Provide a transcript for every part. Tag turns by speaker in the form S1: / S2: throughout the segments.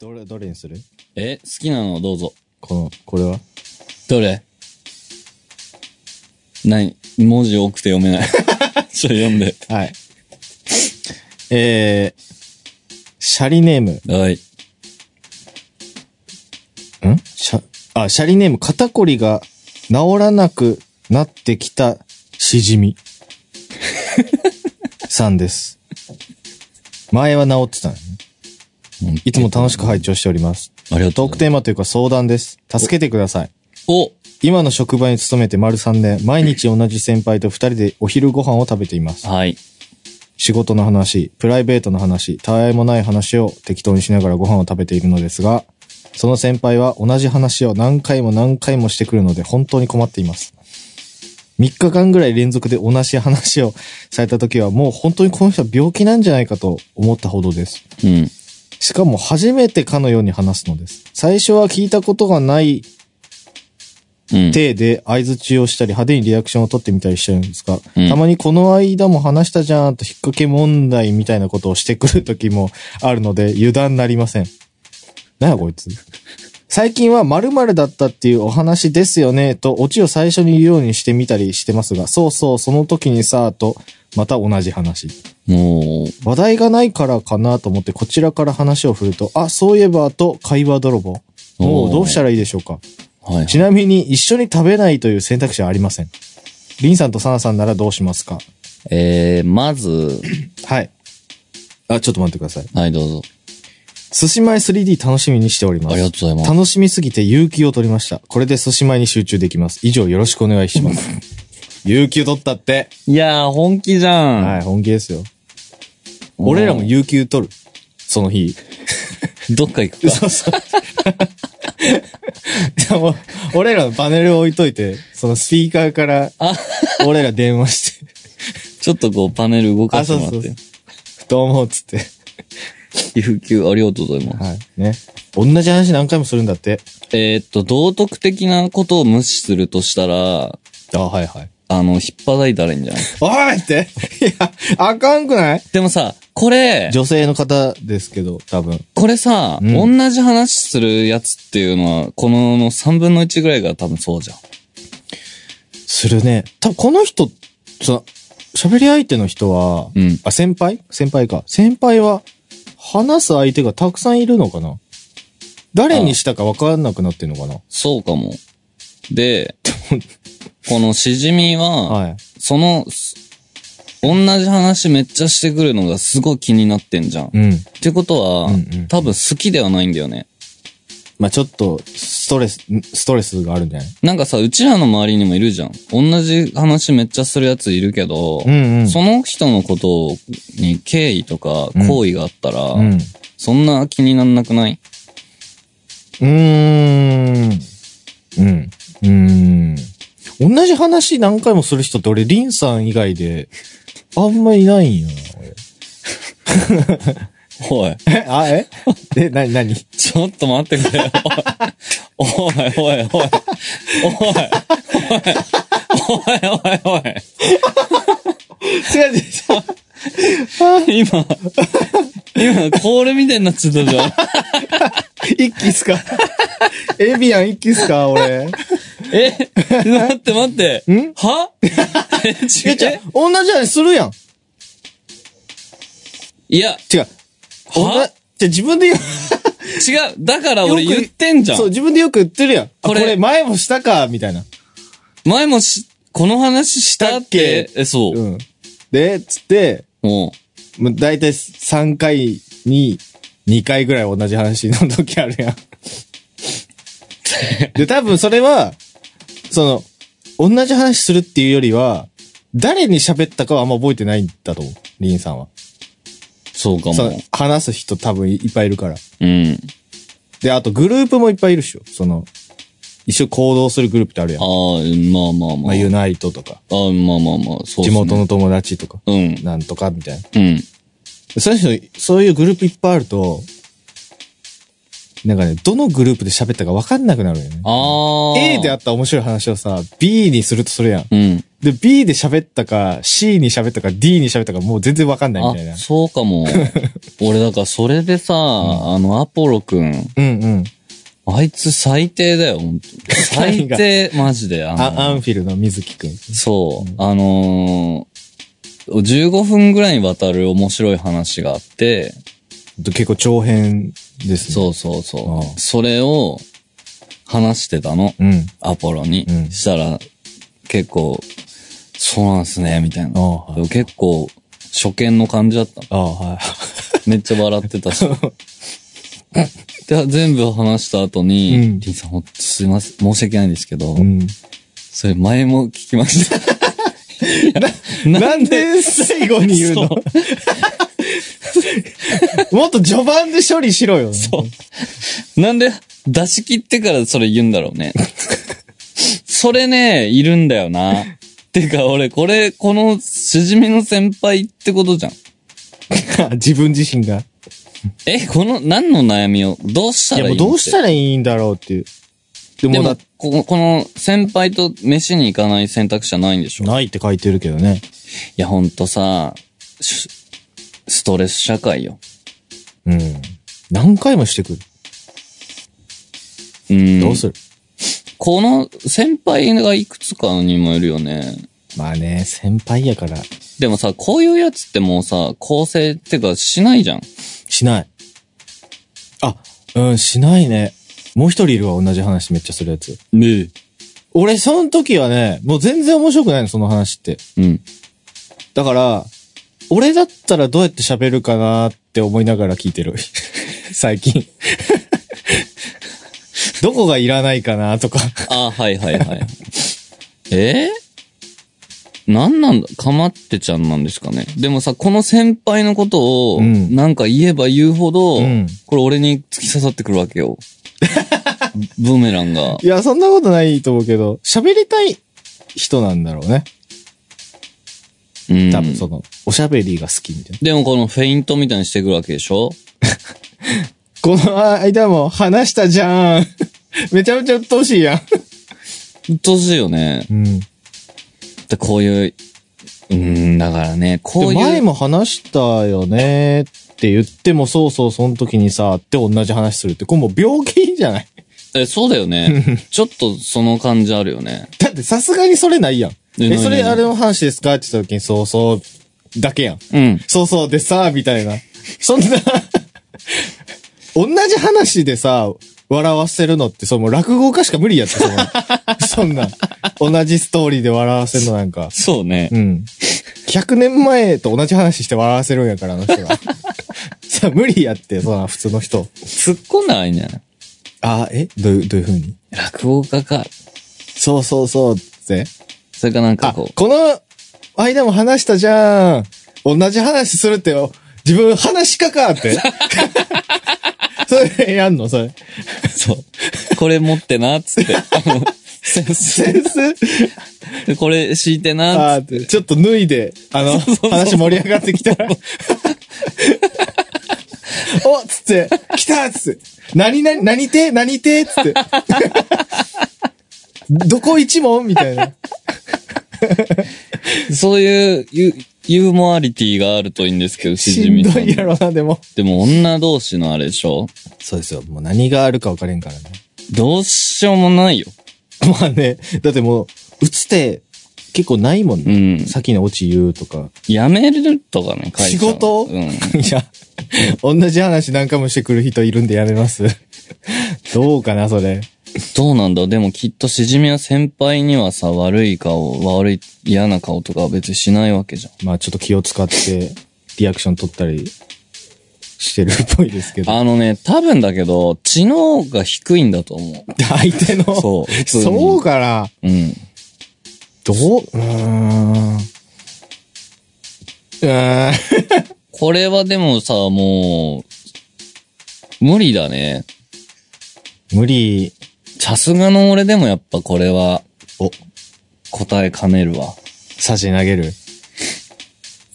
S1: どれ、どれにする
S2: え、好きなのどうぞ。
S1: この、これは
S2: どれ何文字多くて読めない。 ちょ、読んで。
S1: はい。えー、シャリネーム。
S2: はい。
S1: んシャ、あ、シャリネーム、肩こりが治らなくなってきたしじみ。 さんです。前は治ってたのね。いつも楽しく拝聴しております。
S2: ありがと
S1: ト
S2: う
S1: ーク。テーマというか相談です。助けてください。
S2: お
S1: 今の職場に勤めて丸3年、毎日同じ先輩と2人でお昼ご飯を食べています。
S2: はい。
S1: 仕事の話、プライベートの話、たわいもない話を適当にしながらご飯を食べているのですが、その先輩は同じ話を何回も何回もしてくるので本当に困っています。3日間ぐらい連続で同じ話をされた時はもう本当にこの人は病気なんじゃないかと思ったほどです。
S2: うん。
S1: しかも初めてかのように話すのです。最初は聞いたことがない
S2: うん。
S1: 手で相づちをしたり派手にリアクションを取ってみたりしてるんですが、
S2: うん
S1: たまにこの間も話したじゃんと引っ掛け問題みたいなことをしてくる時もあるので油断なりません。なんやこいつ。最近は〇〇だったっていうお話ですよねとオチを最初に言うようにしてみたりしてますが、そうそうその時にさとまた同じ話。
S2: もう、
S1: 話題がないからかなと思ってこちらから話を振ると、あ、そういえばと会話泥棒。も
S2: お
S1: う
S2: ー
S1: どうしたらいいでしょうか
S2: はい。
S1: ちなみに一緒に食べないという選択肢はありません。リンさんとサナさんならどうしますか
S2: えー、まず、
S1: はい。あ、ちょっと待ってください。
S2: はい、どうぞ。
S1: 寿司米 3D 楽しみにしております。
S2: ありがとうございます。
S1: 楽しみすぎて勇気を取りました。これで寿司米に集中できます。以上よろしくお願いします。 勇気を取ったって。
S2: いやー、本気じゃん。
S1: はい、本気ですよ。俺らも有給取る。その日。
S2: どっか行くか。
S1: そうそう。 でも俺らのパネルを置いといて、そのスピーカーから、俺ら電話して。
S2: ちょっとこう、パネル動かしてもら
S1: あ
S2: っ
S1: そう
S2: て。
S1: どうも、つって。
S2: 有給ありがとうございます。
S1: はい。ね。同じ話何回もするんだって。
S2: えーっと、道徳的なことを無視するとしたら、
S1: あ、はいはい。
S2: あの、引っ叩いたらいいんじゃない
S1: おいって いや、あかんくない
S2: でもさ、これ、
S1: 女性の方ですけど、多分。
S2: これさ、
S1: うん
S2: 同じ話するやつっていうのは、このの3分の1ぐらいが多分そうじゃん。
S1: するね。多分この人、その、喋り相手の人は、
S2: うん
S1: あ、先輩先輩か。先輩は、話す相手がたくさんいるのかな誰にしたか分かんなくなってんのかな
S2: そうかも。 で、このしじみは、
S1: はい。
S2: その、す同じ話めっちゃしてくるのがすごい気になってんじゃん。っ
S1: うん。
S2: てことは、
S1: うんうんうん
S2: 多分好きではないんだよね。
S1: まあちょっと、ストレス、んストレスがあるんじゃない
S2: なんかさ、うちらの周りにもいるじゃん。同じ話めっちゃするやついるけど、
S1: ん
S2: その人のことに敬意とか
S1: うん
S2: 好意があったら、
S1: うん。う
S2: そんな気になんなくない
S1: ーん。うん。うーん。同じ話何回もする人って俺、リンさん以外で、あんまいないんよな、俺。
S2: おい、
S1: え、 あ、え え、なになに
S2: ちょっと待ってくれよ。 おい、おい、おい、おい、おい、おい、おい、おい、
S1: 違う違う
S2: おい、今、今、コールみたいになっちゃったじゃん。
S1: 一気っ すかエビアン一気っすか俺。
S2: え、待って待って。
S1: ん
S2: はえ、違
S1: え、じゃ
S2: う。
S1: 同じ話するやん。
S2: いや、
S1: 違う。おな
S2: は
S1: じゃ自分で言う。
S2: 違う。だから俺
S1: よく
S2: 言ってんじゃ
S1: そう、
S2: ん。
S1: 自分でよく言ってるやん。あこ
S2: こ
S1: れ
S2: れ
S1: 前もしたか、みたいな。
S2: 前もし、この話した
S1: し
S2: っ
S1: た
S2: て
S1: っ、
S2: え、そうう。
S1: ん。で、つって、
S2: も
S1: もう大体3回に2回ぐらい同じ話の時ある やん。で、多分それは、その、同じ話するっていうよりは、誰に喋ったかはあんま覚えてないんだと思う。リンさんは。
S2: う、そうか
S1: その
S2: も。
S1: 話す人多分いっぱいいるから。
S2: うん。
S1: で、あとグループもいっぱいいるっしょ。その、一緒に行動するグループってあるやん。
S2: ああ、まあまあ
S1: ま
S2: ま
S1: あ、
S2: あ。
S1: ユナイトとか、
S2: ああ、まあまあまあ、そうっ
S1: 地
S2: すね
S1: 元の友達とか、
S2: うん。
S1: なんとかみたいな。
S2: うん。
S1: そういう人、そういうグループいっぱいあると、なんかね、どのグループで喋ったか分かんなくなるよね。
S2: ああ。
S1: A であった面白い話をさ、B にするとするやん。
S2: うん。
S1: で、B で喋ったか、C に喋ったか、D に喋ったか、もう全然わかんないみたいな
S2: あ、。そう かも。俺、だからそれでさ、あの、アポロくん、
S1: うんうん。
S2: あいつ最低だ よ、本当最低、マジで。あの
S1: あ、アンフィルの水木くん。
S2: そう、あのー、15分ぐらいにわたる面白い話があって、
S1: 結構長編ですね。
S2: そうそうそ
S1: ああ
S2: う。それを話してたの、
S1: う。うん。
S2: アポロに。
S1: うん
S2: したら、結構、そうなんすね、みたい
S1: あ
S2: な。
S1: あ、はい。
S2: 結構、初見の感じだったの。
S1: ああ、はい。
S2: めっちゃ笑ってたし。で、全部話した後に、
S1: うん
S2: リンさん、ほんとすいません、申し訳ないんですけど、
S1: うん。
S2: それ前も聞きました。い や
S1: なんで最後に言うの
S2: そう
S1: もっと序盤で処理しろよ。
S2: なんで出し切ってからそれ言うんだろうね。それね、いるんだよな。てか俺、これ、このしじみの先輩ってことじゃん。
S1: 自分自身が。
S2: え、この、何の悩みを、どうした
S1: いや、
S2: ら
S1: も
S2: いいうのって
S1: どうしたらいいんだろうっていう。で
S2: で
S1: も、だ
S2: も、ここの先輩と飯に行かない選択肢はないんでしょい
S1: ないって書いてるけどね。
S2: や、ほんとさ、しストレス社会よ。
S1: うん。何回もしてくる。
S2: うん。
S1: どうする
S2: この先輩がいくつかにもよるよね。
S1: まあね、先輩やから、
S2: でもさ、こういうやつってもうさ、構成ってかしないじゃん。
S1: しない。あ、うん、しないね。もう一人いるわ、同じ話めっちゃするやつ。
S2: ね
S1: 俺、その時はね、もう全然面白くないの、その話って。
S2: うん。
S1: だから、俺だったらどうやって喋るかなって思いながら聞いてる。 最近。 どこがいらないかなとか。
S2: ああ、はいは いはい。えー、なんなんだかまってちゃんなんですかね。でもさ、この先輩のことを、
S1: うん
S2: なんか言えば言うほど、
S1: うん
S2: これ俺に突き刺さってくるわ けよ。ブーメランが。
S1: いや、そんなことないと思うけど、喋りたい人なんだろうね。
S2: うん。
S1: 多分その、おしゃべりが好きみたいな。
S2: でもこのフェイントみたいにしてくるわけでしょ
S1: この間も話したじゃん。 めちゃめちゃ鬱陶しいや
S2: うっとうしいよね。
S1: ん。うん。
S2: で、こういう、うん、だからね、こういう。
S1: 前も話したよねって言っても、そうそう、その時にさ、って同じ話するって、これもう病気じゃない
S2: え、そうだよね。ちょっとその感じあるよね。
S1: だってさすがにそれないやん。
S2: え
S1: え、
S2: ない
S1: それ
S2: ない
S1: あれの話ですかって言った時に、そうそう、だけやん。
S2: うん。
S1: そうそうでさ、みたいな。そんな、同じ話でさ、笑わせるのって、その落語家しか無理やって、そのそんな。同じストーリーで笑わせるのなんか。
S2: そうね。
S1: うん。100年前と同じ話して笑わせるんやから、あの人が。さあ、無理やって、その普通の人。
S2: 突っ込んだらいいんじゃない
S1: あ、えどういう、どういう風に
S2: 落語家か。
S1: そうそうそうって。
S2: それかなんか
S1: あ、
S2: こ
S1: この間も話したじゃん。同じ話するってよ。自分話かかって。 それやんのそれ。
S2: う、そう。これ持ってな、つって。あ のセンス
S1: センス
S2: でこれ敷いてな、
S1: あ
S2: つって。
S1: ちょっと脱いで、あの、話盛り上がってきた ら。おっつって、来たっつって。何々、何て何てっつ って。どこ一問みたいな。
S2: そういうユユーモアリティがあるといいんですけど、し
S1: し
S2: じ
S1: ん
S2: み
S1: ど
S2: さん
S1: いや
S2: の。
S1: ろな、でも。
S2: でも女同士のあれでしょ
S1: そうですよ。もう何があるか分かれんからね。
S2: どうしようもないよ。
S1: まあね、だってもう、打つて結構ないもん
S2: う
S1: ね。
S2: ん。
S1: さっきの落ち言うとか。
S2: やめるとかね、会社
S1: 仕事
S2: うん。
S1: いや、同じ話何回もしてくる人いるんでやめます どうかな、それ。
S2: どうなんだでもきっとしじみは先輩にはさ、悪い顔、悪い、嫌な顔とかは別にしないわけじゃん。
S1: まあちょっと気を使って、リアクション取ったりしてるっぽいですけど。
S2: あのね、多分だけど、知能が低いんだと思
S1: 相手の。
S2: う。そう。普通に
S1: そうかな。
S2: うん。
S1: どううーん。うーん。
S2: これはでもさ、もう、無理だね。
S1: 無理。
S2: さすがの俺でもやっぱこれは
S1: お、
S2: 答えかねるわ。
S1: サジ投げる。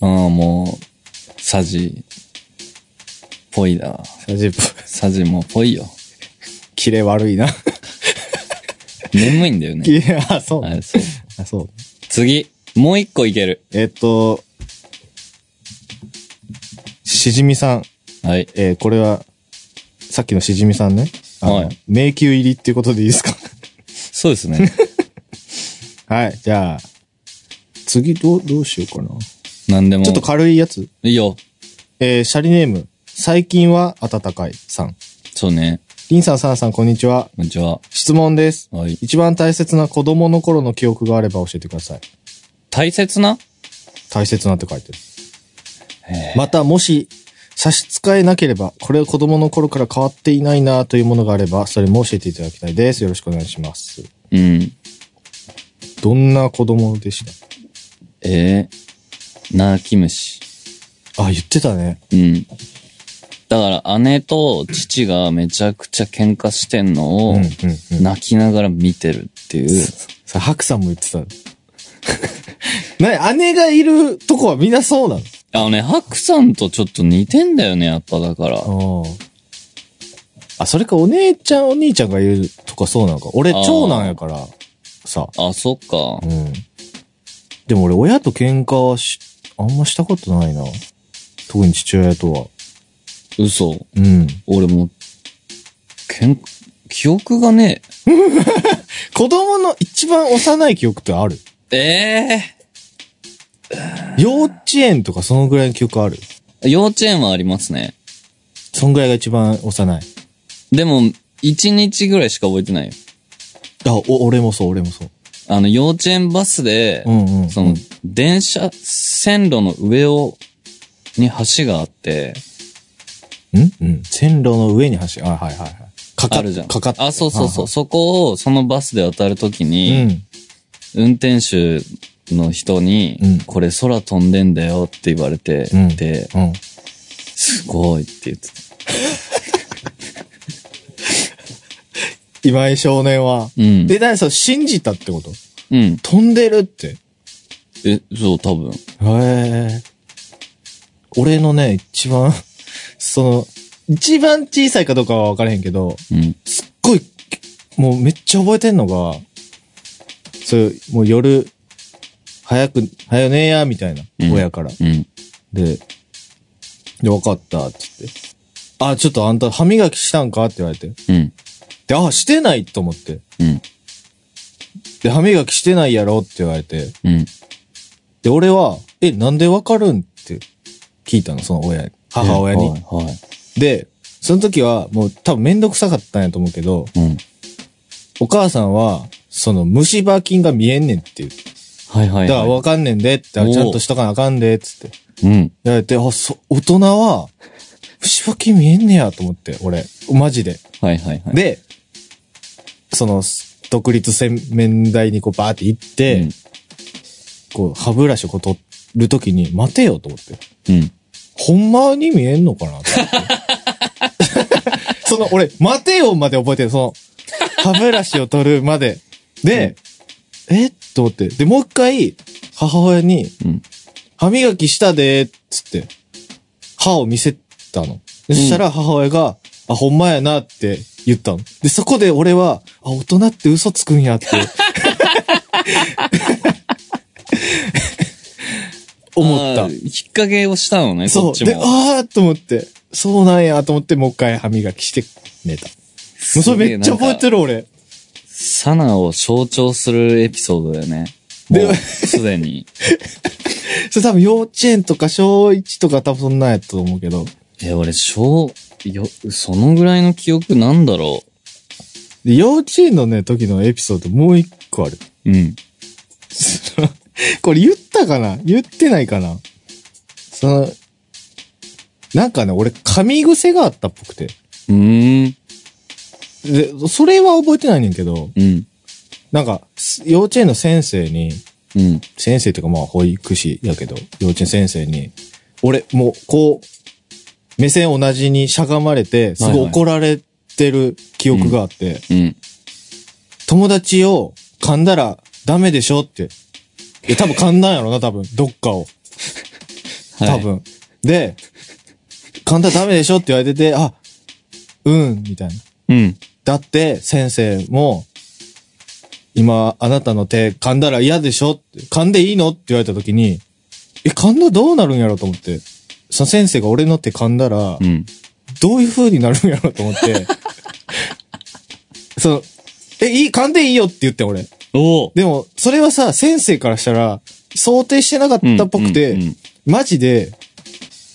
S2: ああ、もう、サジ、ぽいだ。
S1: サジ、
S2: サジもぽいよ。
S1: キレ悪いな。
S2: 眠いんだよね。
S1: いや、そう。
S2: はい、そう。
S1: あ、そう。
S2: 次。もう一個いける。
S1: えっと、しじみさん。
S2: はい。
S1: えーこれは、さっきのしじみさんね。あの
S2: はい
S1: 迷宮入りっていうことでいいですか
S2: そうですね。
S1: はい、じゃあ、次どう、どうしようかな。
S2: なんでも。
S1: ちょっと軽いやつ。
S2: いいよ。
S1: えーシャリネーム、最近は暖かいさん。
S2: そうね。
S1: リンさん、サナさん、こんにちは。
S2: こんにちは。
S1: 質問です。
S2: はい。
S1: 一番大切な子供の頃の記憶があれば教えてください。
S2: 大切な
S1: 大切なって書いてる。
S2: え
S1: また、もし、差し支えなければ、これは子供の頃から変わっていないなというものがあれば、それも教えていただきたいです。よろしくお願いします。
S2: うん。
S1: どんな子供でし
S2: えー、泣き虫。
S1: たあ、言ってたね。
S2: うん。だから姉と父がめちゃくちゃ喧嘩してんの
S1: うん、
S2: を
S1: うん、うん。
S2: 泣きながら見てるっていう。
S1: さ、白さんも言ってた。 なに、姉がいるとこはみんなそうなの
S2: あのね、ハクさんとちょっと似てんだよね、やっぱだから。
S1: ああ。あ、それかお姉ちゃんお兄ちゃんがいるとかそうなのか。俺
S2: あー
S1: 長男やから、さ。
S2: あ、そっか
S1: う。ん。でも俺親と喧嘩はし、あんましたことないな。特に父親とは。
S2: 嘘。
S1: うん。
S2: 俺も、けん、記憶がね
S1: 子供の一番幼い記憶ってある
S2: え。え
S1: 幼稚園とかそのぐらいの記憶ある
S2: え幼稚園はありますね。
S1: そんぐらいが一番幼い。
S2: でも、一日ぐらいしか覚えてないよ。
S1: あ、お、俺もそう、俺もそう。
S2: あの、幼稚園バスで、
S1: うんうんうん。
S2: その、電車、線路の上を、に橋があって、
S1: んうん。線路の上に橋。あ、はいはいはい。かか
S2: あるじゃん。
S1: かかって
S2: あ、そうそうそう。
S1: は
S2: そこを、そのバスで渡るとき
S1: いはい
S2: に、
S1: うん。
S2: 運転手の人に、
S1: うん
S2: これ空飛んでんだよって言われて、
S1: うん
S2: で、
S1: うん。
S2: すごいって言ってた。
S1: 今井少年は。
S2: うん。
S1: で、何それ信じたってこと
S2: うん。
S1: 飛んでるって。
S2: え、そう、多分。
S1: へえ。俺のね、一番、 その、一番小さいかどうかは分からへんけど、
S2: うん。
S1: すっごい、もうめっちゃ覚えてんのが、そういう、もう夜、早く、早よねーや、みたいな、
S2: うん
S1: 親から。
S2: うん。
S1: で、で、分かった、って言って。あ、ちょっとあんた歯磨きしたんかって言われて。
S2: うん。
S1: で、あ、してないと思って。
S2: うん。
S1: で、歯磨きしてないやろって言われて。
S2: うん。
S1: で、俺は、え、なんでわかるんって聞いたの、その親に。母親
S2: は
S1: に。
S2: い。はい
S1: で、その時は、もう多分めんどくさかったんやと思うけど、
S2: うん。
S1: お母さんは、その虫歯菌が見えんねんって言って。
S2: はいはい、はい。
S1: だからわかんねんでって、あ
S2: おう
S1: ちゃんとしとかなあかんで、つって。
S2: うん。
S1: 言われて、あ、そ、大人は、虫歯菌見えんねやと思って、俺。マジで。
S2: はいはいはい。
S1: で、その、独立洗面台にこうバーって行って、こう歯ブラシをこう取るときに、待てよと思って。
S2: うん。うん。
S1: ほんまに見えんのかなと思ってその、俺、待てよまで覚えてる。その、歯ブラシを取るまで。で、えと思って。で、もう一回、母親に、
S2: うん。
S1: 歯磨きしたで、つって、歯を見せたの。でそしたら母親が、あ、ほんまやなって言ったの。で、そこで俺は、あ、大人って嘘つくんやって。思っ
S2: あ
S1: た
S2: ー。引っ掛けをしたのね、
S1: そ
S2: こ
S1: う。
S2: っち
S1: で、
S2: も。
S1: あーと思って、そうなんやと思って、もう一回歯磨きして寝た。もうそれめっちゃ覚えて
S2: る。
S1: る俺。
S2: サナを象徴するエピソードだよね。
S1: で
S2: もう、すでに。
S1: それ多分幼稚園とか小1とか多分そんなんやったと思うけど。
S2: え、俺、小、よ、そのぐらいの記憶なんだろ
S1: で、幼稚園のね、時のエピソードもう一個ある。
S2: う。うん。
S1: これ言ったかな言ってないかなその、なんかね、俺噛み癖があったっぽくて。
S2: うーん。
S1: で、それは覚えてないねんけど、
S2: うん。
S1: なんか、幼稚園の先生に、
S2: うん。
S1: 先生とかまあ保育士やけど、幼稚園先生に、俺、もう、こう、目線同じにしゃがまれて、す
S2: はい
S1: ご
S2: はい
S1: い怒られてる記憶があって、
S2: うん。
S1: 友達を噛んだらダメでしょって。いや、多分噛んだんやろな、多分。どっかを。
S2: はい
S1: 多。分。で、噛んだらダメでしょって言われてて、あ、うん、みたいな。
S2: うん。
S1: だって、先生も、今、あなたの手噛んだら嫌でしょって噛んでいいのって言われた時に、え、噛んだらどうなるんやろと思って。その先生が俺の手噛んだら、
S2: うん。
S1: どういう風になるんやろと思って。その、え、いい、噛んでいいよって言って俺。
S2: おお。
S1: でも、それはさ、先生からしたら、想定してなかったっぽくて、
S2: うんうんうん
S1: マジで、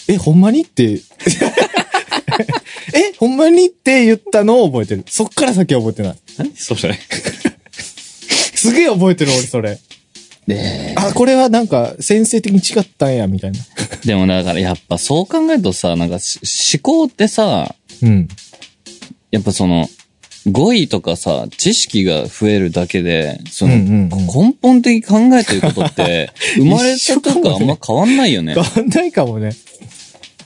S1: え、ほんまにって、 え、ほんまにって言ったのを覚えてる。そっから先は覚えてない。
S2: 何そ れ。
S1: すげえ覚えてる俺、それ。
S2: で、
S1: あ、これはなんか、先生的に違ったんや、みたいな。
S2: でもだからやっぱそう考えるとさ、なんかし思考ってさ、
S1: うん。
S2: やっぱその、語彙とかさ、知識が増えるだけで、その、
S1: うんうんうん
S2: 根本的に考えてること って、生まれたとかあんま変わんないよね
S1: 変。わんないかもね。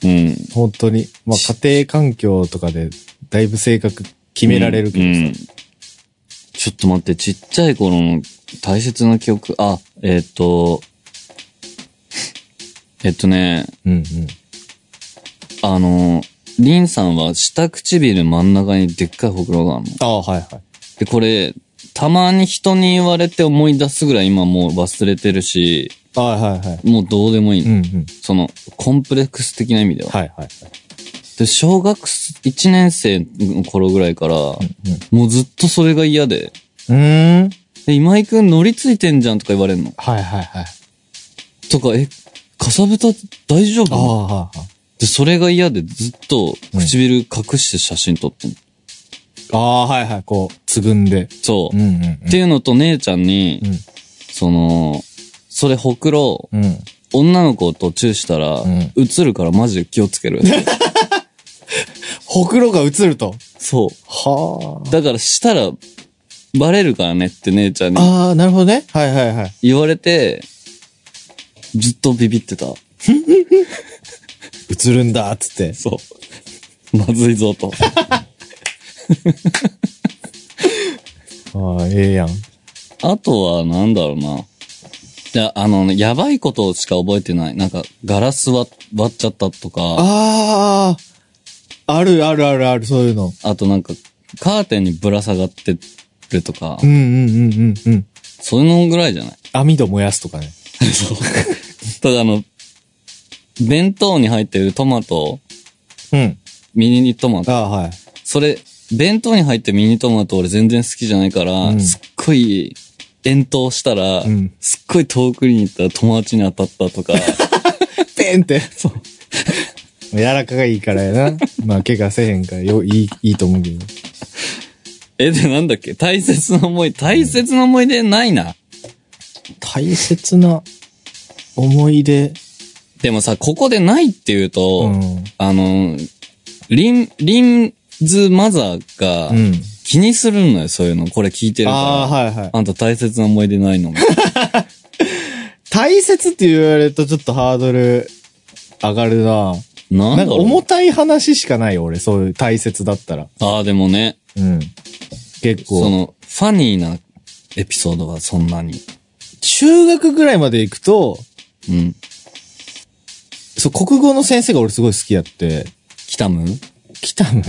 S2: うん。
S1: 本当に。まあ、家庭環境とかで、だいぶ性格決められるけどさ。
S2: うんうんちょっと待って、ちっちゃい頃の大切な記憶、あ、えっ、と、えっ、とね、
S1: うん、うん、
S2: あの、リンさんは下唇真ん中にでっかいほくろがあるの。
S1: ああ、はいはい。
S2: で、これ、たまに人に言われて思い出すぐらい今もう忘れてるし、
S1: ああ、はいはい。
S2: もうどうでもいいの。
S1: うん、うん。
S2: その、コンプレックス的な意味では。
S1: はいはいはい。
S2: で、小学1年生の頃ぐらいから、もうずっとそれが嫌で、
S1: うん、うん。うーん。
S2: で、今井くん乗りついてんじゃんとか言われんの。
S1: はいはいはい。
S2: とか、え、かさぶた大丈
S1: あ
S2: 夫
S1: あ、はいはい。
S2: で、それが嫌でずっと
S1: うん
S2: 唇隠して写真撮ってんの。
S1: ああ、はいはい、こう、つぐんで。
S2: そう。
S1: うんうんうん。
S2: っていうのと姉ちゃんに、その、それほくろ、
S1: うん。うん。
S2: 女の子とチューしたら、
S1: ん
S2: 映るからマジで気をつ ける。
S1: ほくろが映ると。
S2: そ
S1: は
S2: う。だからしたら、バレるからねって姉ちゃんに
S1: あ。ああ、なるほどね。はいはいはい。
S2: 言われて、ずっとビビってた。
S1: 映るんだ、っつって。
S2: そう。 まずいぞと。
S1: ああ、ええやん。
S2: あとは、なんだろうな。いや、あの、やばいことしか覚えてない。なんか、ガラス割割っちゃったとか、
S1: あ
S2: あ
S1: あ、あるあるあるある、そういうの。
S2: となんか、カーテンにぶら下がってるとか
S1: う、んうんうんうんうん。
S2: そういうのぐらいじゃない
S1: 網戸燃やすとかね。
S2: そう。 ただあの、弁当に入ってるトマト、
S1: うん。
S2: ミニトマ
S1: あ
S2: ト。
S1: あ、はい。
S2: それ、弁当に入ってるミニトマト俺全然好きじゃないから、
S1: うん
S2: すっごい、遠投したら、
S1: うん
S2: すっごい遠くに行ったら友達に当たったとか、
S1: ペンって。そう。柔らかがいいからやな。まあ、怪我せへんから、よ、いい、いいと思うけど。
S2: え、で、なんだっけ大切な思い、大切な思い出ないな。
S1: 大切な思い出。
S2: でもさ、ここでないっていうと、
S1: うん。
S2: あの、リン、リンズマザーが
S1: うん。
S2: 気にするのよ、そういうの。これ聞いてるから。
S1: ああ、はいはい。
S2: あんた大切な思い出な いの
S1: 大切って言われるとちょっとハードル上がるな。
S2: な
S1: なん
S2: ん
S1: か
S2: だろ
S1: 重
S2: う。
S1: たい話しかないよ、俺。そういう大切だったら。
S2: ああ、でもね、
S1: うん。結
S2: そ
S1: 構。
S2: の、ファニーなエピソードがそんなに。
S1: 中学ぐらいまで行くと、
S2: うん。
S1: そう、国語の先生が俺すごい好きやって、
S2: キタム違う
S1: 北む。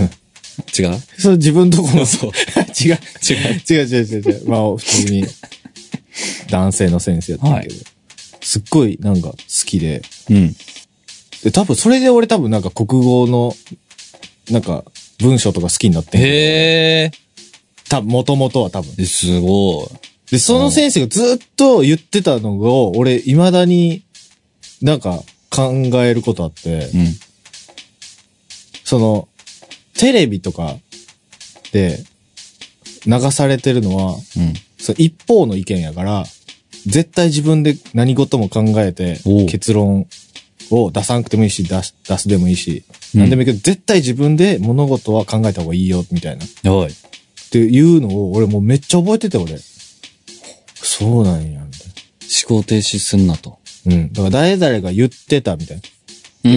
S1: そう、自分とこの、
S2: そう。
S1: 違う。
S2: 違
S1: 違
S2: う。
S1: う違う違う違う。まあ、普通に、男性の先生やったけど、
S2: は
S1: すっごいなんか好きで、
S2: うん。
S1: で、多分それで俺多分なんか国語の、なんか文章とか好きになってんけど
S2: へえ。
S1: 多分、もともとは多分。
S2: えすご
S1: で、その先生がずっと言ってたのを、俺、未だになんか考えることあって
S2: い。、うん。
S1: その、テレビとかで流されてるのは、
S2: うん。
S1: その一方の意見やから、絶対自分で何事も考えて
S2: おう、
S1: 結論を出さんくてもいいし、出し出すでもいいし、
S2: うん
S1: 何でもいいけど、絶対自分で物事は考えた方がいいよ、みたいな。
S2: はい。
S1: っていうのを、俺もうめっちゃ覚えてて、俺。そうなんや、みたい
S2: 思考停止すんなと。
S1: な。うん。だから誰々が言ってた、みたいな。
S2: う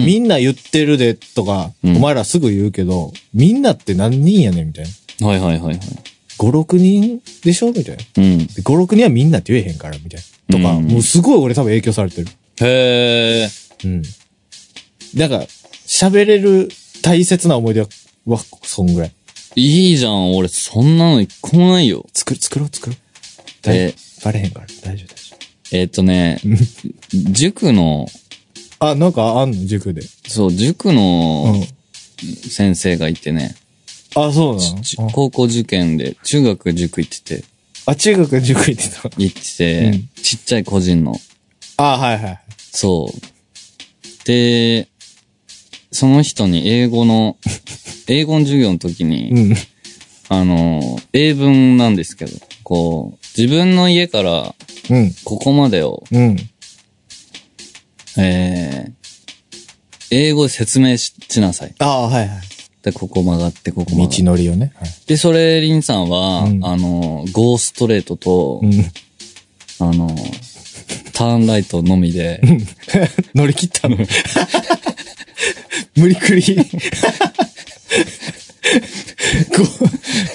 S1: でみんな言ってるで、とか、
S2: うん
S1: お前らすぐ言うけど、みんなって何人やねん、みたいな。
S2: はいはいはいはい。
S1: 5、6人でしょみたいな。
S2: うん。
S1: で5、6人はみんなって言えへんから、みたいな。とか、
S2: うん
S1: もうすごい俺多分影響されてる。
S2: へえ。
S1: うん。だから、喋れる大切な思い出は、は、そんぐらい。
S2: いいじゃん。俺、そんなの一個もないよ。
S1: 作る、作ろう、作ろう。大
S2: え
S1: バレへんから、大丈夫、大丈
S2: えっと ね、塾の、
S1: 夫。あ、なんかあんの塾で。
S2: そう、塾
S1: う
S2: の
S1: ん。
S2: 先生がいてね、
S1: あ、そうな
S2: ち
S1: の
S2: ち
S1: うん
S2: 高校受験で、中学塾行ってて、
S1: あ、中学塾行ってた。
S2: 行ってて、
S1: うん
S2: ちっちゃい個人の、
S1: あ、はいはい。
S2: そう。で、その人に英語の、 英語の授業の時に、
S1: うん。
S2: あの、英文なんですけど、こう、自分の家から
S1: うん。
S2: ここまでを、
S1: うん。
S2: えー、英語で説明ししなさい。
S1: あ、はいはい。
S2: で、ここ曲がって、ここ
S1: 道
S2: 曲がって。
S1: のりをね。はい
S2: で、それ、リンさんは、
S1: うん
S2: あの、ゴーストレートと、
S1: うん。
S2: あの、ターンライトのみで、
S1: 乗り切ったの。無理くり。 こ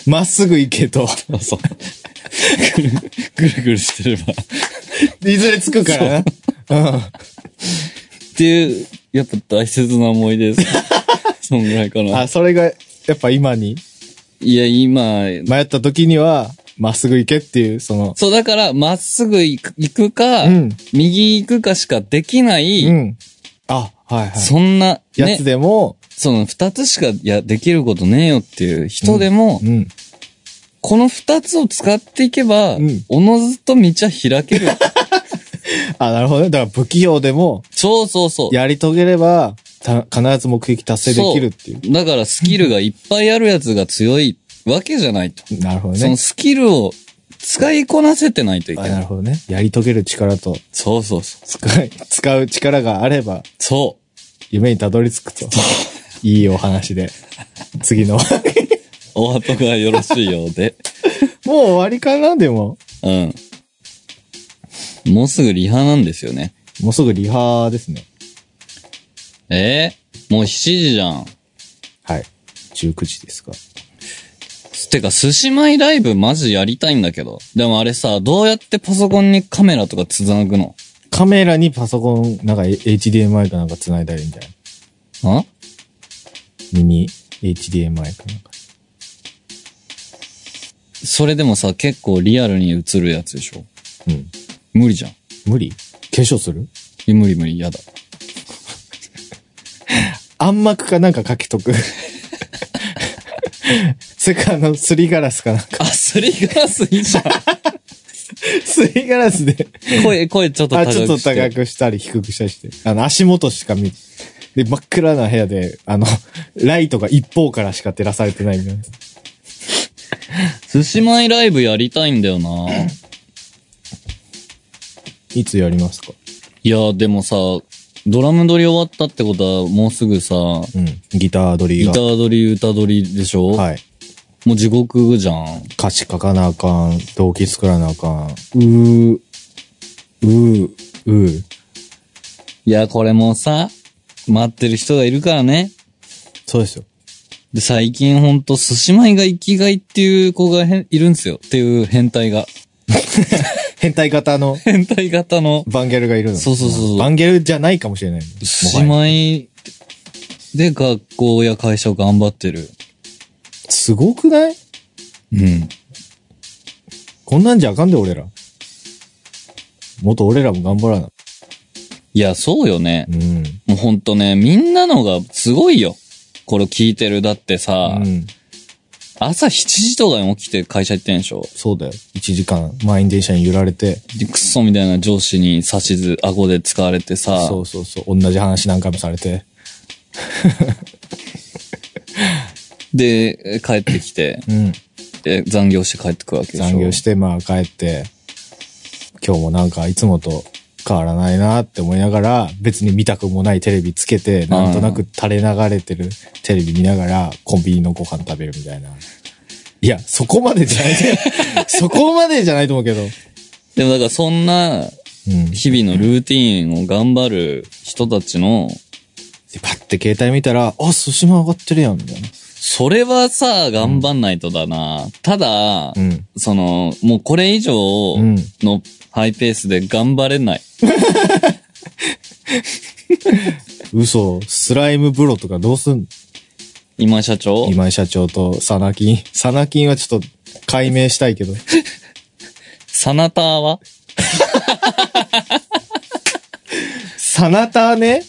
S1: う、まっすぐ行けと。
S2: そう。ぐるぐるぐるしてれば。っ
S1: いずれ着くからな。うん。
S2: ていう、やっぱ大切な思い 出です。そんぐらいかな
S1: あ、。それが、やっぱ今に、
S2: いや、今、
S1: 迷った時には、まっすぐ行けっていう、その、
S2: そう、だから、まっすぐ行く行くか、
S1: うん
S2: 右行くかしかできない、
S1: うん。あ、はいはい。
S2: そんな、
S1: や
S2: ね
S1: つ、でも、
S2: その二つしかいやできることねえよっていう人でも、
S1: うん。
S2: この二つを使っていけば、
S1: うん
S2: おのずと道は開 ける。
S1: あ、なるほどね。だから不器用でも、
S2: そうそうそう。
S1: やり遂げれば、た必ず目的達成できるっていう。
S2: だからスキルがいっぱいあるやつが強いわけじゃないと。
S1: なるほど
S2: その
S1: ね。
S2: スキルを使いこなせてないといけ
S1: あな
S2: な
S1: る
S2: い。
S1: ほどね。やり遂げる力と、
S2: そうそうそう。
S1: 使い、 使う力があれば、
S2: そ
S1: 夢にたどり着く と。いいお話で。次 の。も
S2: う。お後がよろしいようで。
S1: う終わりかなでも。
S2: うん。もうすぐリハなんですよね。
S1: もうすぐリハですね。
S2: えー、もう7時じゃん。
S1: はい。19時ですが。
S2: てか、寿司米ライブマジやりたいんだけど。でもあれさ、どうやってパソコンにカメラとかつなぐの
S1: カメラにパソコン、なんか HDMI かなんか繋いだらいいんじゃない
S2: ん
S1: ミニ HDMI かなんか。
S2: それでもさ、結構リアルに映るやつでしょ
S1: うん。
S2: 無理じゃん。い
S1: 無理化粧する
S2: や無理無理、やだ。
S1: 暗幕かなんか書き とく。それかあの、すりガラスかなんか。
S2: あ、すりガラスいいじゃん。
S1: すりガラスで。
S2: 声、声ちょっと 高
S1: あ、
S2: く
S1: ち
S2: して。
S1: ょっと高くしたり低くしたりして。あの、足元しか見、で、真っ暗な部屋で、あの、ライトが一方からしか照らされてないみたいな。
S2: 寿司米ライブやりたいんだよな。
S1: いつやりますか
S2: いや、でもさ、ドラム撮り終わったってことは、もうすぐさ、
S1: うん。ギター取り
S2: ギタ
S1: が。
S2: ー撮り、歌撮りでしょ
S1: はい。
S2: もう地獄じゃん。
S1: 歌詞書かなあかん。動機作らなあかん。うー、うー、うー。
S2: いや、これもさ、待ってる人がいるからね。
S1: そうですよ。
S2: で、最近ほんと、寿司米が生きがいっていう子がへんいるんですよ。っていう変態が。
S1: 変態型の
S2: 変態型の、
S1: バンゲルがいるの。
S2: そうそうそうそう
S1: バンゲルじゃないかもしれない。
S2: 寿司
S1: もはや
S2: 米で学校や会社を頑張ってる。
S1: すごくない
S2: うん。
S1: こんなんじゃあかんで、俺ら。もっと俺らも頑張らな。
S2: いや、そうよね。
S1: うん。
S2: もうほんとね、みんなのがすごいよ。これ聞いてる。だってさ、
S1: うん。
S2: 朝7時とかに起きて会社行ってんでしょ
S1: そうだよ。1時間満員電車に揺られて。
S2: でクソみたいな上司に指図、顎で使われてさ、
S1: そうそうそう。同じ話何回もされて。
S2: で、帰ってきて、
S1: うん。
S2: で残業して帰ってくるわけでしょ。
S1: 残業して、まあ帰って、今日もなんかいつもと変わらないなって思いながら、別に見たくもないテレビつけて、なんとなく垂れ流れてるテレビ見ながら、コンビニのご飯食べるみたいな。いや、そこまでじゃない。 そこまでじゃないと思うけど。
S2: でもだからそんな
S1: うん。
S2: 日々のルーティンを頑張る人たちの、
S1: でパッて携帯見たら、あ、寿司も上がってるやん、みたいな。
S2: それはさ、頑張んないとだな。ただ、
S1: うん。
S2: その、もうこれ以上
S1: うん
S2: のハイペースで頑張れない。
S1: 嘘、スライム風呂とかどうすんの
S2: 今井社長
S1: 今井社長とサナキン。サナキンはちょっと解明したいけど。
S2: サナターは
S1: サナターね。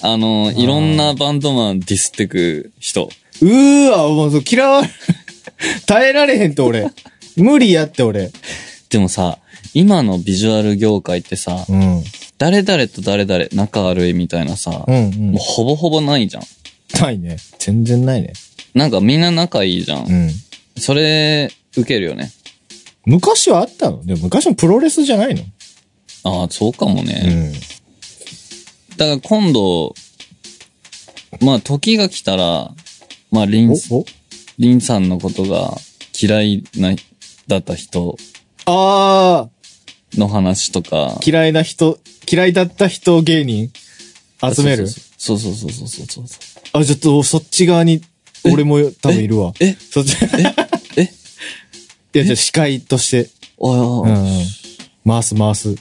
S2: あの、いろんなバンドマンディスってく人。
S1: うーわ、もうそう嫌われ、 耐えられへんって俺。無理やって俺。
S2: でもさ、今のビジュアル業界ってさ、
S1: うん。うん
S2: 誰々と誰々仲悪いみたいなさ、
S1: う
S2: も
S1: ん
S2: う。ほぼほぼないじゃん。
S1: ないね。全然ないね。
S2: なんかみんな仲いいじゃん。
S1: うん。
S2: それ、受けるよね。
S1: 昔はあったのでも昔もプロレスじゃないの
S2: ああ、そうかも
S1: う
S2: ね。
S1: ん。
S2: だから今度、まあ時が来たら、まあリン、
S1: おお
S2: リンさんのことが嫌いな、だった人
S1: あ
S2: の話とか。
S1: ー、嫌いな人、嫌いだった人芸人集める
S2: そうそうそうそうそうそうそう。
S1: あ、ちょっとそっち側に、俺も多分いるわ。
S2: え
S1: そっち、
S2: え
S1: いや、じゃあ司会として。
S2: おいお
S1: う
S2: い
S1: ん
S2: お
S1: う
S2: い、
S1: ん。回す回す。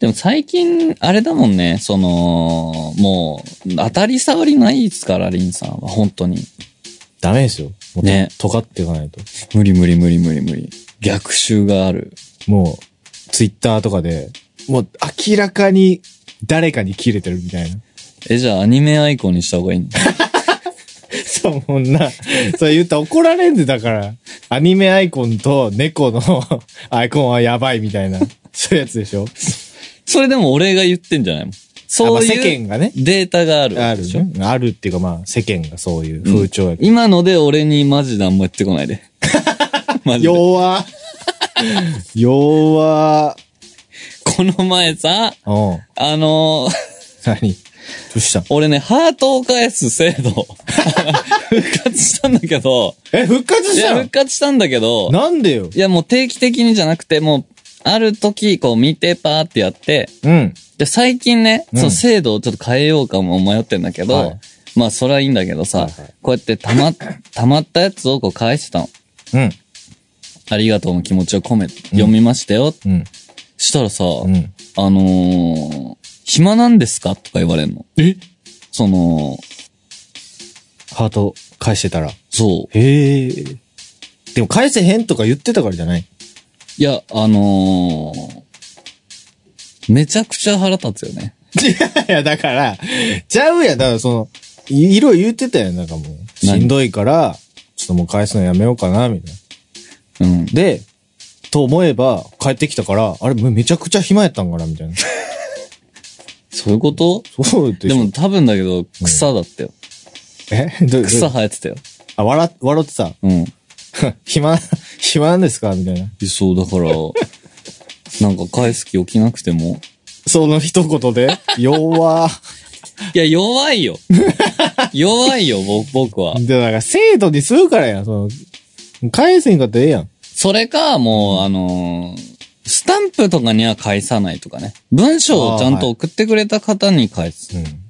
S2: でも最近、あれだもんね、その、もう、当たり障りないですから、リンさんは、本当に。
S1: ダメですよ。もう
S2: ね
S1: 尖っていかないと。
S2: 無理無理無理無理無理。逆襲がある。
S1: もう、ツイッターとかで、もう明らかに誰かに切れてるみ たいな。
S2: え、じゃあアニメアイコンにした方がいいの
S1: そう、もんな。それ言ったら怒られんで、だから。アニメアイコンと猫の アイコンはやばいみたいな。そういうやつでしょ
S2: それでも俺が言ってんじゃないもん。
S1: あま
S2: そ
S1: あ
S2: う
S1: 世
S2: い
S1: 間
S2: う
S1: がね。
S2: データがある。
S1: あるね。あるっていうかまあ、世間がそういう風潮やけど。
S2: 今ので俺にマジ何も言ってこない で。マジで。こ
S1: 弱弱
S2: の前さ、
S1: うん。
S2: あのー
S1: 何どうした
S2: 俺ね、ハートを 返す制度、復活したんだけど、
S1: え、復活
S2: い
S1: し
S2: や、
S1: た
S2: 復
S1: ん
S2: 活したんだけど、
S1: なんでよ
S2: いや、もう定期的にじゃなくて、もう、ある時、こう見て、パーってやって、
S1: うん。
S2: で、最近ね、
S1: うん
S2: その制度をちょっと変えようかも迷ってんだけど、
S1: はい
S2: まあ、それはいいんだけどさ、
S1: はいはい
S2: こうやってた ま、たまったやつをこう返してたの。
S1: うん。
S2: ありがとうの気持ちを込めて、読みましたよ。
S1: うん。
S2: したらさ、
S1: うん。
S2: あのー、暇なんですかとか言われんの。
S1: え
S2: その、
S1: ハート返してたら。
S2: そう。
S1: へえ。でも返せへんとか言ってたからじゃ ない
S2: いや、あのー、めちゃくちゃ腹立つよね。
S1: いや、だから、ちゃうやん。だからその、いいろいろ言ってたやん。なんかもう、し
S2: 何
S1: んどいから、ちょっともう返すのやめようかな、みたいな。
S2: うん。
S1: で、と思えば、帰ってきたから、あれ、めめちゃくちゃ暇やったんかな、みたいな。
S2: そういうこと
S1: そうで
S2: で
S1: しょ。
S2: も多分だけど、草だったよ。
S1: えどう
S2: 草
S1: どう
S2: 生えてたよ。
S1: あ、笑、笑ってた。
S2: うん。
S1: 暇、暇なんですかみたいな。
S2: そう、だから、 なんか返す気起きなくても。
S1: その一言 で、弱
S2: いや、弱いよ。 弱いよ、ぼ僕は。
S1: で、だから、制度にするからやん。その、返せんかったらええやん。
S2: それか、もう、あのースタンプとかには返さないとかね。文章をちゃんと送ってくれた方に返す。
S1: うん。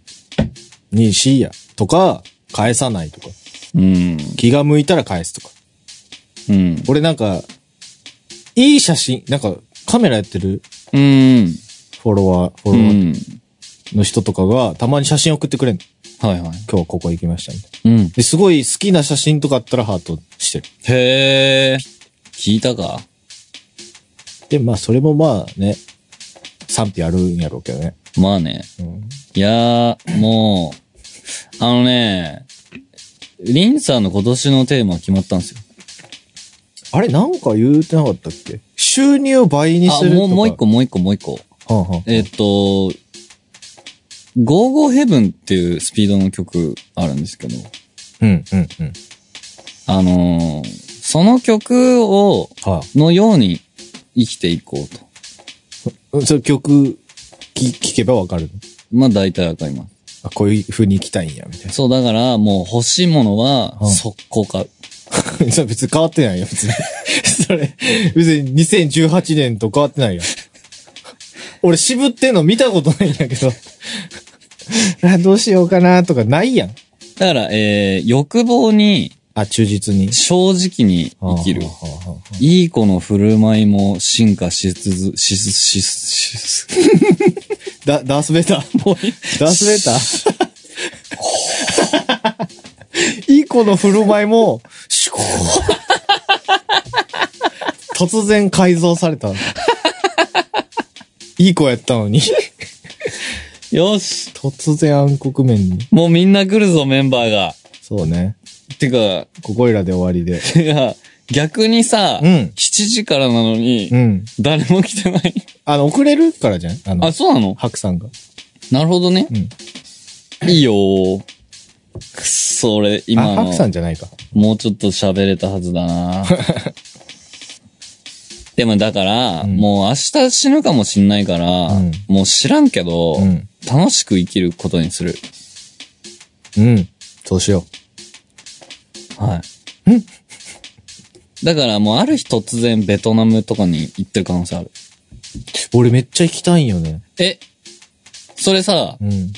S1: にしいや。とか、返さないとか。
S2: うん。
S1: 気が向いたら返すとか。
S2: うん。
S1: 俺なんか、いい写真、なんかカメラやってる
S2: うん。
S1: フォロワー、フォ
S2: う
S1: ロワ
S2: ん。
S1: ーの人とかが、たまに写真送ってくれんの。
S2: はいはい。
S1: 今日はここ行きましたみたいな。
S2: うん。
S1: で、すごい好きな写真とかあったらハートしてる。
S2: へえ。聞いたか
S1: で、まあそれもまあね、賛否あるんやろうけどね。
S2: まあね。
S1: うん。
S2: いやー、もう、あのね、リンさんの今年のテーマ決まったんですよ。
S1: あれなんか言うてなかったっけ収入を倍にす
S2: あ、
S1: るとか。
S2: もう、もう一個、もう一個、もう一個。
S1: はんはん。
S2: えっ、と、ゴーゴーヘブンっていうスピードの曲あるんですけど、
S1: うんうんうん。
S2: あのーその曲を、
S1: は
S2: のように生きていこうと。
S1: あ。その曲、き聞けばわかるの
S2: まあ大体わかります。
S1: あ、こういう風に行きたいんや、みたい
S2: そう、だからもう欲しいものは
S1: うん
S2: 速攻買う。
S1: な。 それ別に変わってないよ、別に。 それ、別に2018年と変わってないよ。 俺渋ってんの見たことないんだけど。 あどうしようかなとかないやん。
S2: だから、えー、欲望に
S1: あ、忠実に。
S2: 正直に生きる
S1: は。あはあはあ
S2: いい子の振る舞いも進化しつつ、しす、しす、しす。
S1: だ、ダースベーター。
S2: もういい
S1: ダースベータ ー。いい子の振る舞いも、シュコー突然改造された。いい子やったのに。
S2: よし
S1: 突然暗黒面に。
S2: もうみんな来るぞ、メンバーが。
S1: そうね。
S2: てか、
S1: ここいらで終わりで。
S2: てか、逆にさ、
S1: うん
S2: 7時からなのに、
S1: うん。
S2: 誰も来てない。
S1: あの、遅れるからじゃんあの、
S2: あ、そうなの
S1: 白さんが。
S2: なるほどね。
S1: うん。
S2: いいよー。くっそ、俺、今
S1: あ、
S2: の
S1: 白、さんじゃないか。
S2: もうちょっと喋れたはず だなでもだから、
S1: ん
S2: もう明日死ぬかもしんないから、
S1: ん
S2: もう知らんけど、
S1: うん
S2: 楽しく生きることにする。
S1: うん。そうしよ
S2: はい。だからもうある日突然ベトナムとかに行ってる可能性ある。
S1: う。俺めっちゃ行きたいんよね。
S2: えそれさ、
S1: うん。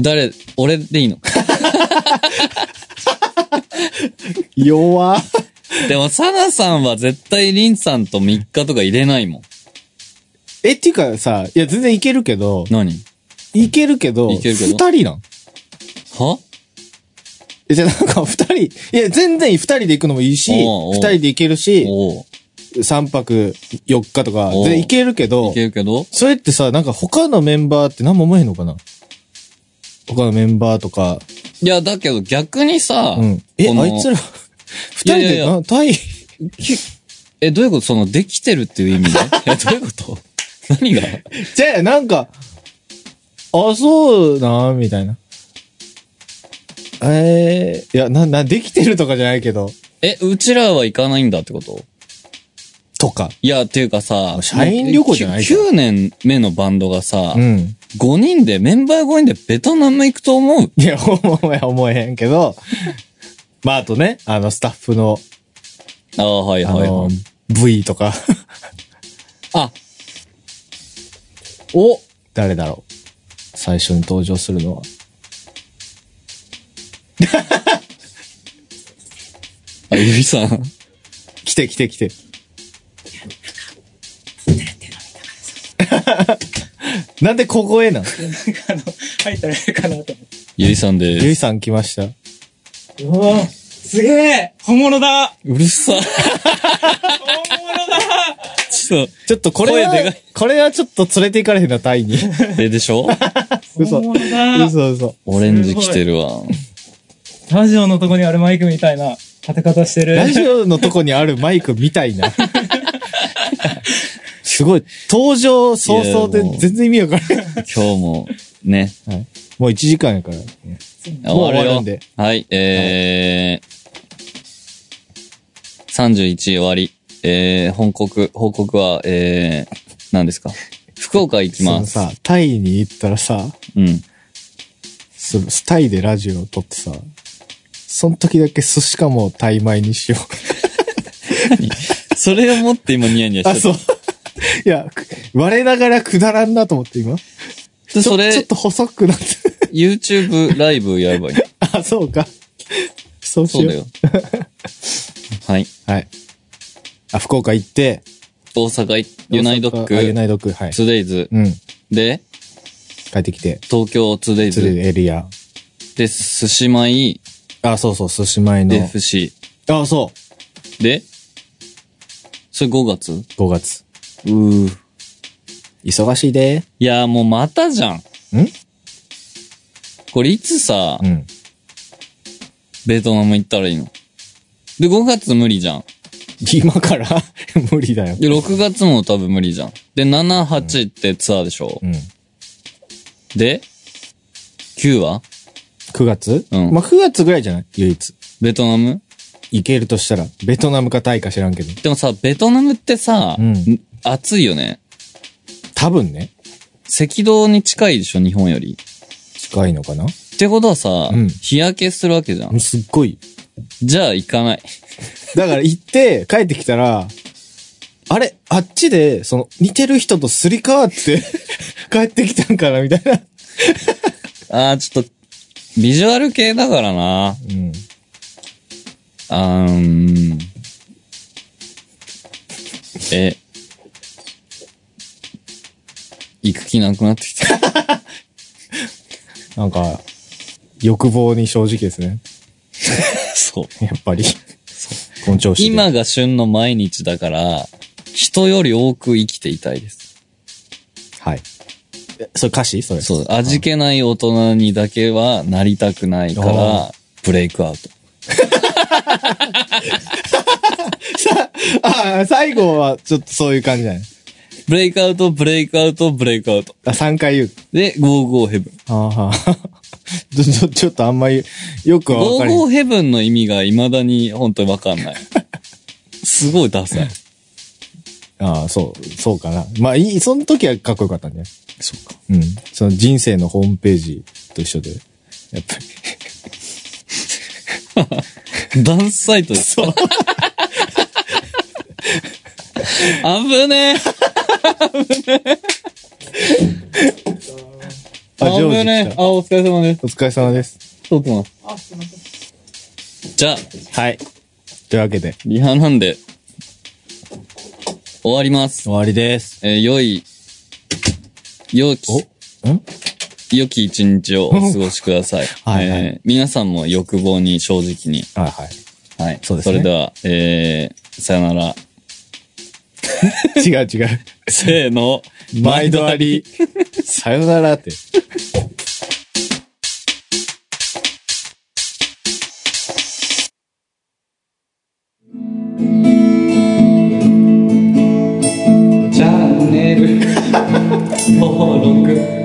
S2: 誰、俺でいいの
S1: 弱
S2: でもサナさんは絶対リンさんと3日とか入れないもん。
S1: え、っていうかさ、いや、全然いけるけど、
S2: 何
S1: いけるけど、
S2: いけるけど
S1: 二人なん
S2: は
S1: えじゃあなんか二人、いや、全然二人で行くのもいいし、
S2: おうおう
S1: 二人で行けるし、
S2: おう
S1: 三泊四日とか、
S2: おう
S1: 全然行けるけ
S2: い
S1: ど
S2: け、るけど
S1: それってさ、なんか他のメンバーって何も思えへんのかな他のメンバーとか、
S2: いや、だけど逆にさ、
S1: うん。え、
S2: この
S1: あいつら、二人
S2: いやい
S1: で
S2: やいや
S1: な、タイ、
S2: え、どういうことその、できてるっていう意味でえ、どういうこと何が
S1: じゃあ、なんか、あ、そうな、みたいな。えー、いや、な、な、できてるとかじゃないけど、
S2: え、うちらは行かないんだってこと
S1: とか。
S2: いや、っていうかさ、
S1: 社員旅行じゃない
S2: き
S1: か
S2: ゅ ?9 年目のバンドがさ、
S1: うん。
S2: 5人で、メンバー5人でベトナム行くと思う
S1: いや、思え、思えへんけど、まあ、あとね、あの、スタッフの、
S2: ああ、はい
S1: あ
S2: はいは
S1: の
S2: い。、
S1: V とか、
S2: あ、お、
S1: 誰だろう。最初に登場するのは。
S2: あ、ゆりさん。
S1: 来て来て来て。 なんで小声なん
S3: あの、入ったらいるかなと思って。
S2: ゆりさんで
S1: ゆい
S2: す。
S1: さん来ました。
S3: うわすげえ本物だ
S2: うるさ。
S3: 本物だ
S2: ちょっ
S1: ちょっとこれは
S2: 声でかい、
S1: これはちょっと連れて行かれへんな、タイに。
S2: と、え、でしょ
S1: 嘘
S3: 本物だ
S1: 嘘嘘。
S2: オレンジ着てるわ。
S3: ラジオのとこにあるマイクみたいな立て方してる。
S1: ラジオのとこにあるマイクみたい な。すごい、登場早々で
S2: いやもう
S1: 全然意味わからない。
S2: 今日も、ね。
S1: はいもう1時間やから。
S2: あ終わ
S1: もう終わ
S2: る
S1: る
S2: よ
S1: んで。
S2: はい、えー、31終わり。えー、報告、報告は、えー、何ですか福岡行
S1: そ
S2: きま
S1: の
S2: す。
S1: さ、タイに行ったらさ、
S2: うん。
S1: そのタイでラジオを撮ってさ、その時だけ寿司かもタイ米にしよ
S2: それを持って今ニヤニヤ
S1: う。
S2: して
S1: あ、
S2: た。
S1: そう。 いや、く我ながらくだらんなと思って今。ち
S2: でそ
S1: ょちょっ
S2: れ、
S1: と細く なって。
S2: YouTube ライブやればいい。
S1: あ、そうか。そう し
S2: そう
S1: よ
S2: だ
S1: う。
S2: よ。はい。
S1: はい。あ、福岡行って、
S2: 大阪行っ、ユナイドッ
S1: あユナ
S2: ク、
S1: イドック、はい。
S2: ツデイズ、
S1: うん。
S2: で、
S1: 帰ってきて、
S2: 東京ツデイ
S1: 釣れ
S2: ズ、
S1: るエリア。
S2: で、寿司舞、
S1: あ、そうそう、寿司前の
S2: で、。FC、
S1: あ、そ
S2: で、それ5月
S1: う。5月。
S2: うー。
S1: 忙しいで。
S2: いやーもうまたじゃん。
S1: ん
S2: これいつさ、
S1: うん。
S2: ベトナム行ったらいいので、5月無理じゃん。
S1: 今から無理だよ。
S2: で、6月も多分無理じゃん。で、7、8ってツアーでしょ、
S1: うん。
S2: で、9は
S1: 9月
S2: うん
S1: まあ、9月ぐらいじゃない唯一。
S2: ベトナム
S1: 行けるとしたら、ベトナムかタイか知らんけど。
S2: でもさ、ベトナムってさ、
S1: うん
S2: 暑いよね。
S1: 多分ね、
S2: 赤道に近いでしょ日本より。
S1: 近いのかな
S2: ってことはさ、
S1: うん
S2: 日焼けするわけじゃん。
S1: すっごい。
S2: じゃあ行かない。
S1: だから行って、 帰ってきたら、あれ、あっちで、その、似てる人とすり替わって、 帰ってきたんかなみたいな。
S2: あー、ちょっと、ビジュアル系だからな。
S1: うん。
S2: あーん。え。行く気なくなってきた。
S1: なんか、欲望に正直ですね。
S2: そう。
S1: やっぱり。この調子で。
S2: 今が旬の毎日だから、人より多く生きていたいです。
S1: はい。えそれ歌詞それ。
S2: そう、味気ない大人にだけはなりたくないか
S1: あ
S2: ら、ブレイクアウト。
S1: ああ、最後はちょっとそういう感じじゃない
S2: ブレイクアウト、ブレイクアウト、ブレイクアウト。
S1: あ、3回言う。
S2: で、ゴーゴーヘブン。
S1: ああ、 ちょ、ちょ、ちょっとあんまりよくはわ
S2: ゴ
S1: か
S2: ー
S1: り
S2: ゴーヘブンの意味が未だに本当にわかんない。すごいダサい。
S1: ああ、そう、そうかな。まあいい、その時はかっこよかったんじゃない
S2: そうか。
S1: うん。その人生のホームページと一緒で。やっぱり。
S2: ダンスサイトです。そう。危ねえ。
S1: あ、ジョージ
S2: 危ねえ
S1: 来。た。
S2: あ、お疲れ様です。
S1: お疲れ様です。
S2: 撮ってます。
S3: あ、すいません。
S2: じゃあ、
S1: はい。というわけで、
S2: リハなんで、終わります。
S1: 終わりです。
S2: えー良い、良き、
S1: おん
S2: 良き一日をお過ごしください。
S1: はいはい
S2: えー皆さんも欲望に正直に。
S1: はいは
S2: はい。
S1: そうですね
S2: それでは、えー、さよなら。
S1: い。違う違う。
S2: せーの。
S1: 毎度あり。さよならって。
S2: チャンネル登録。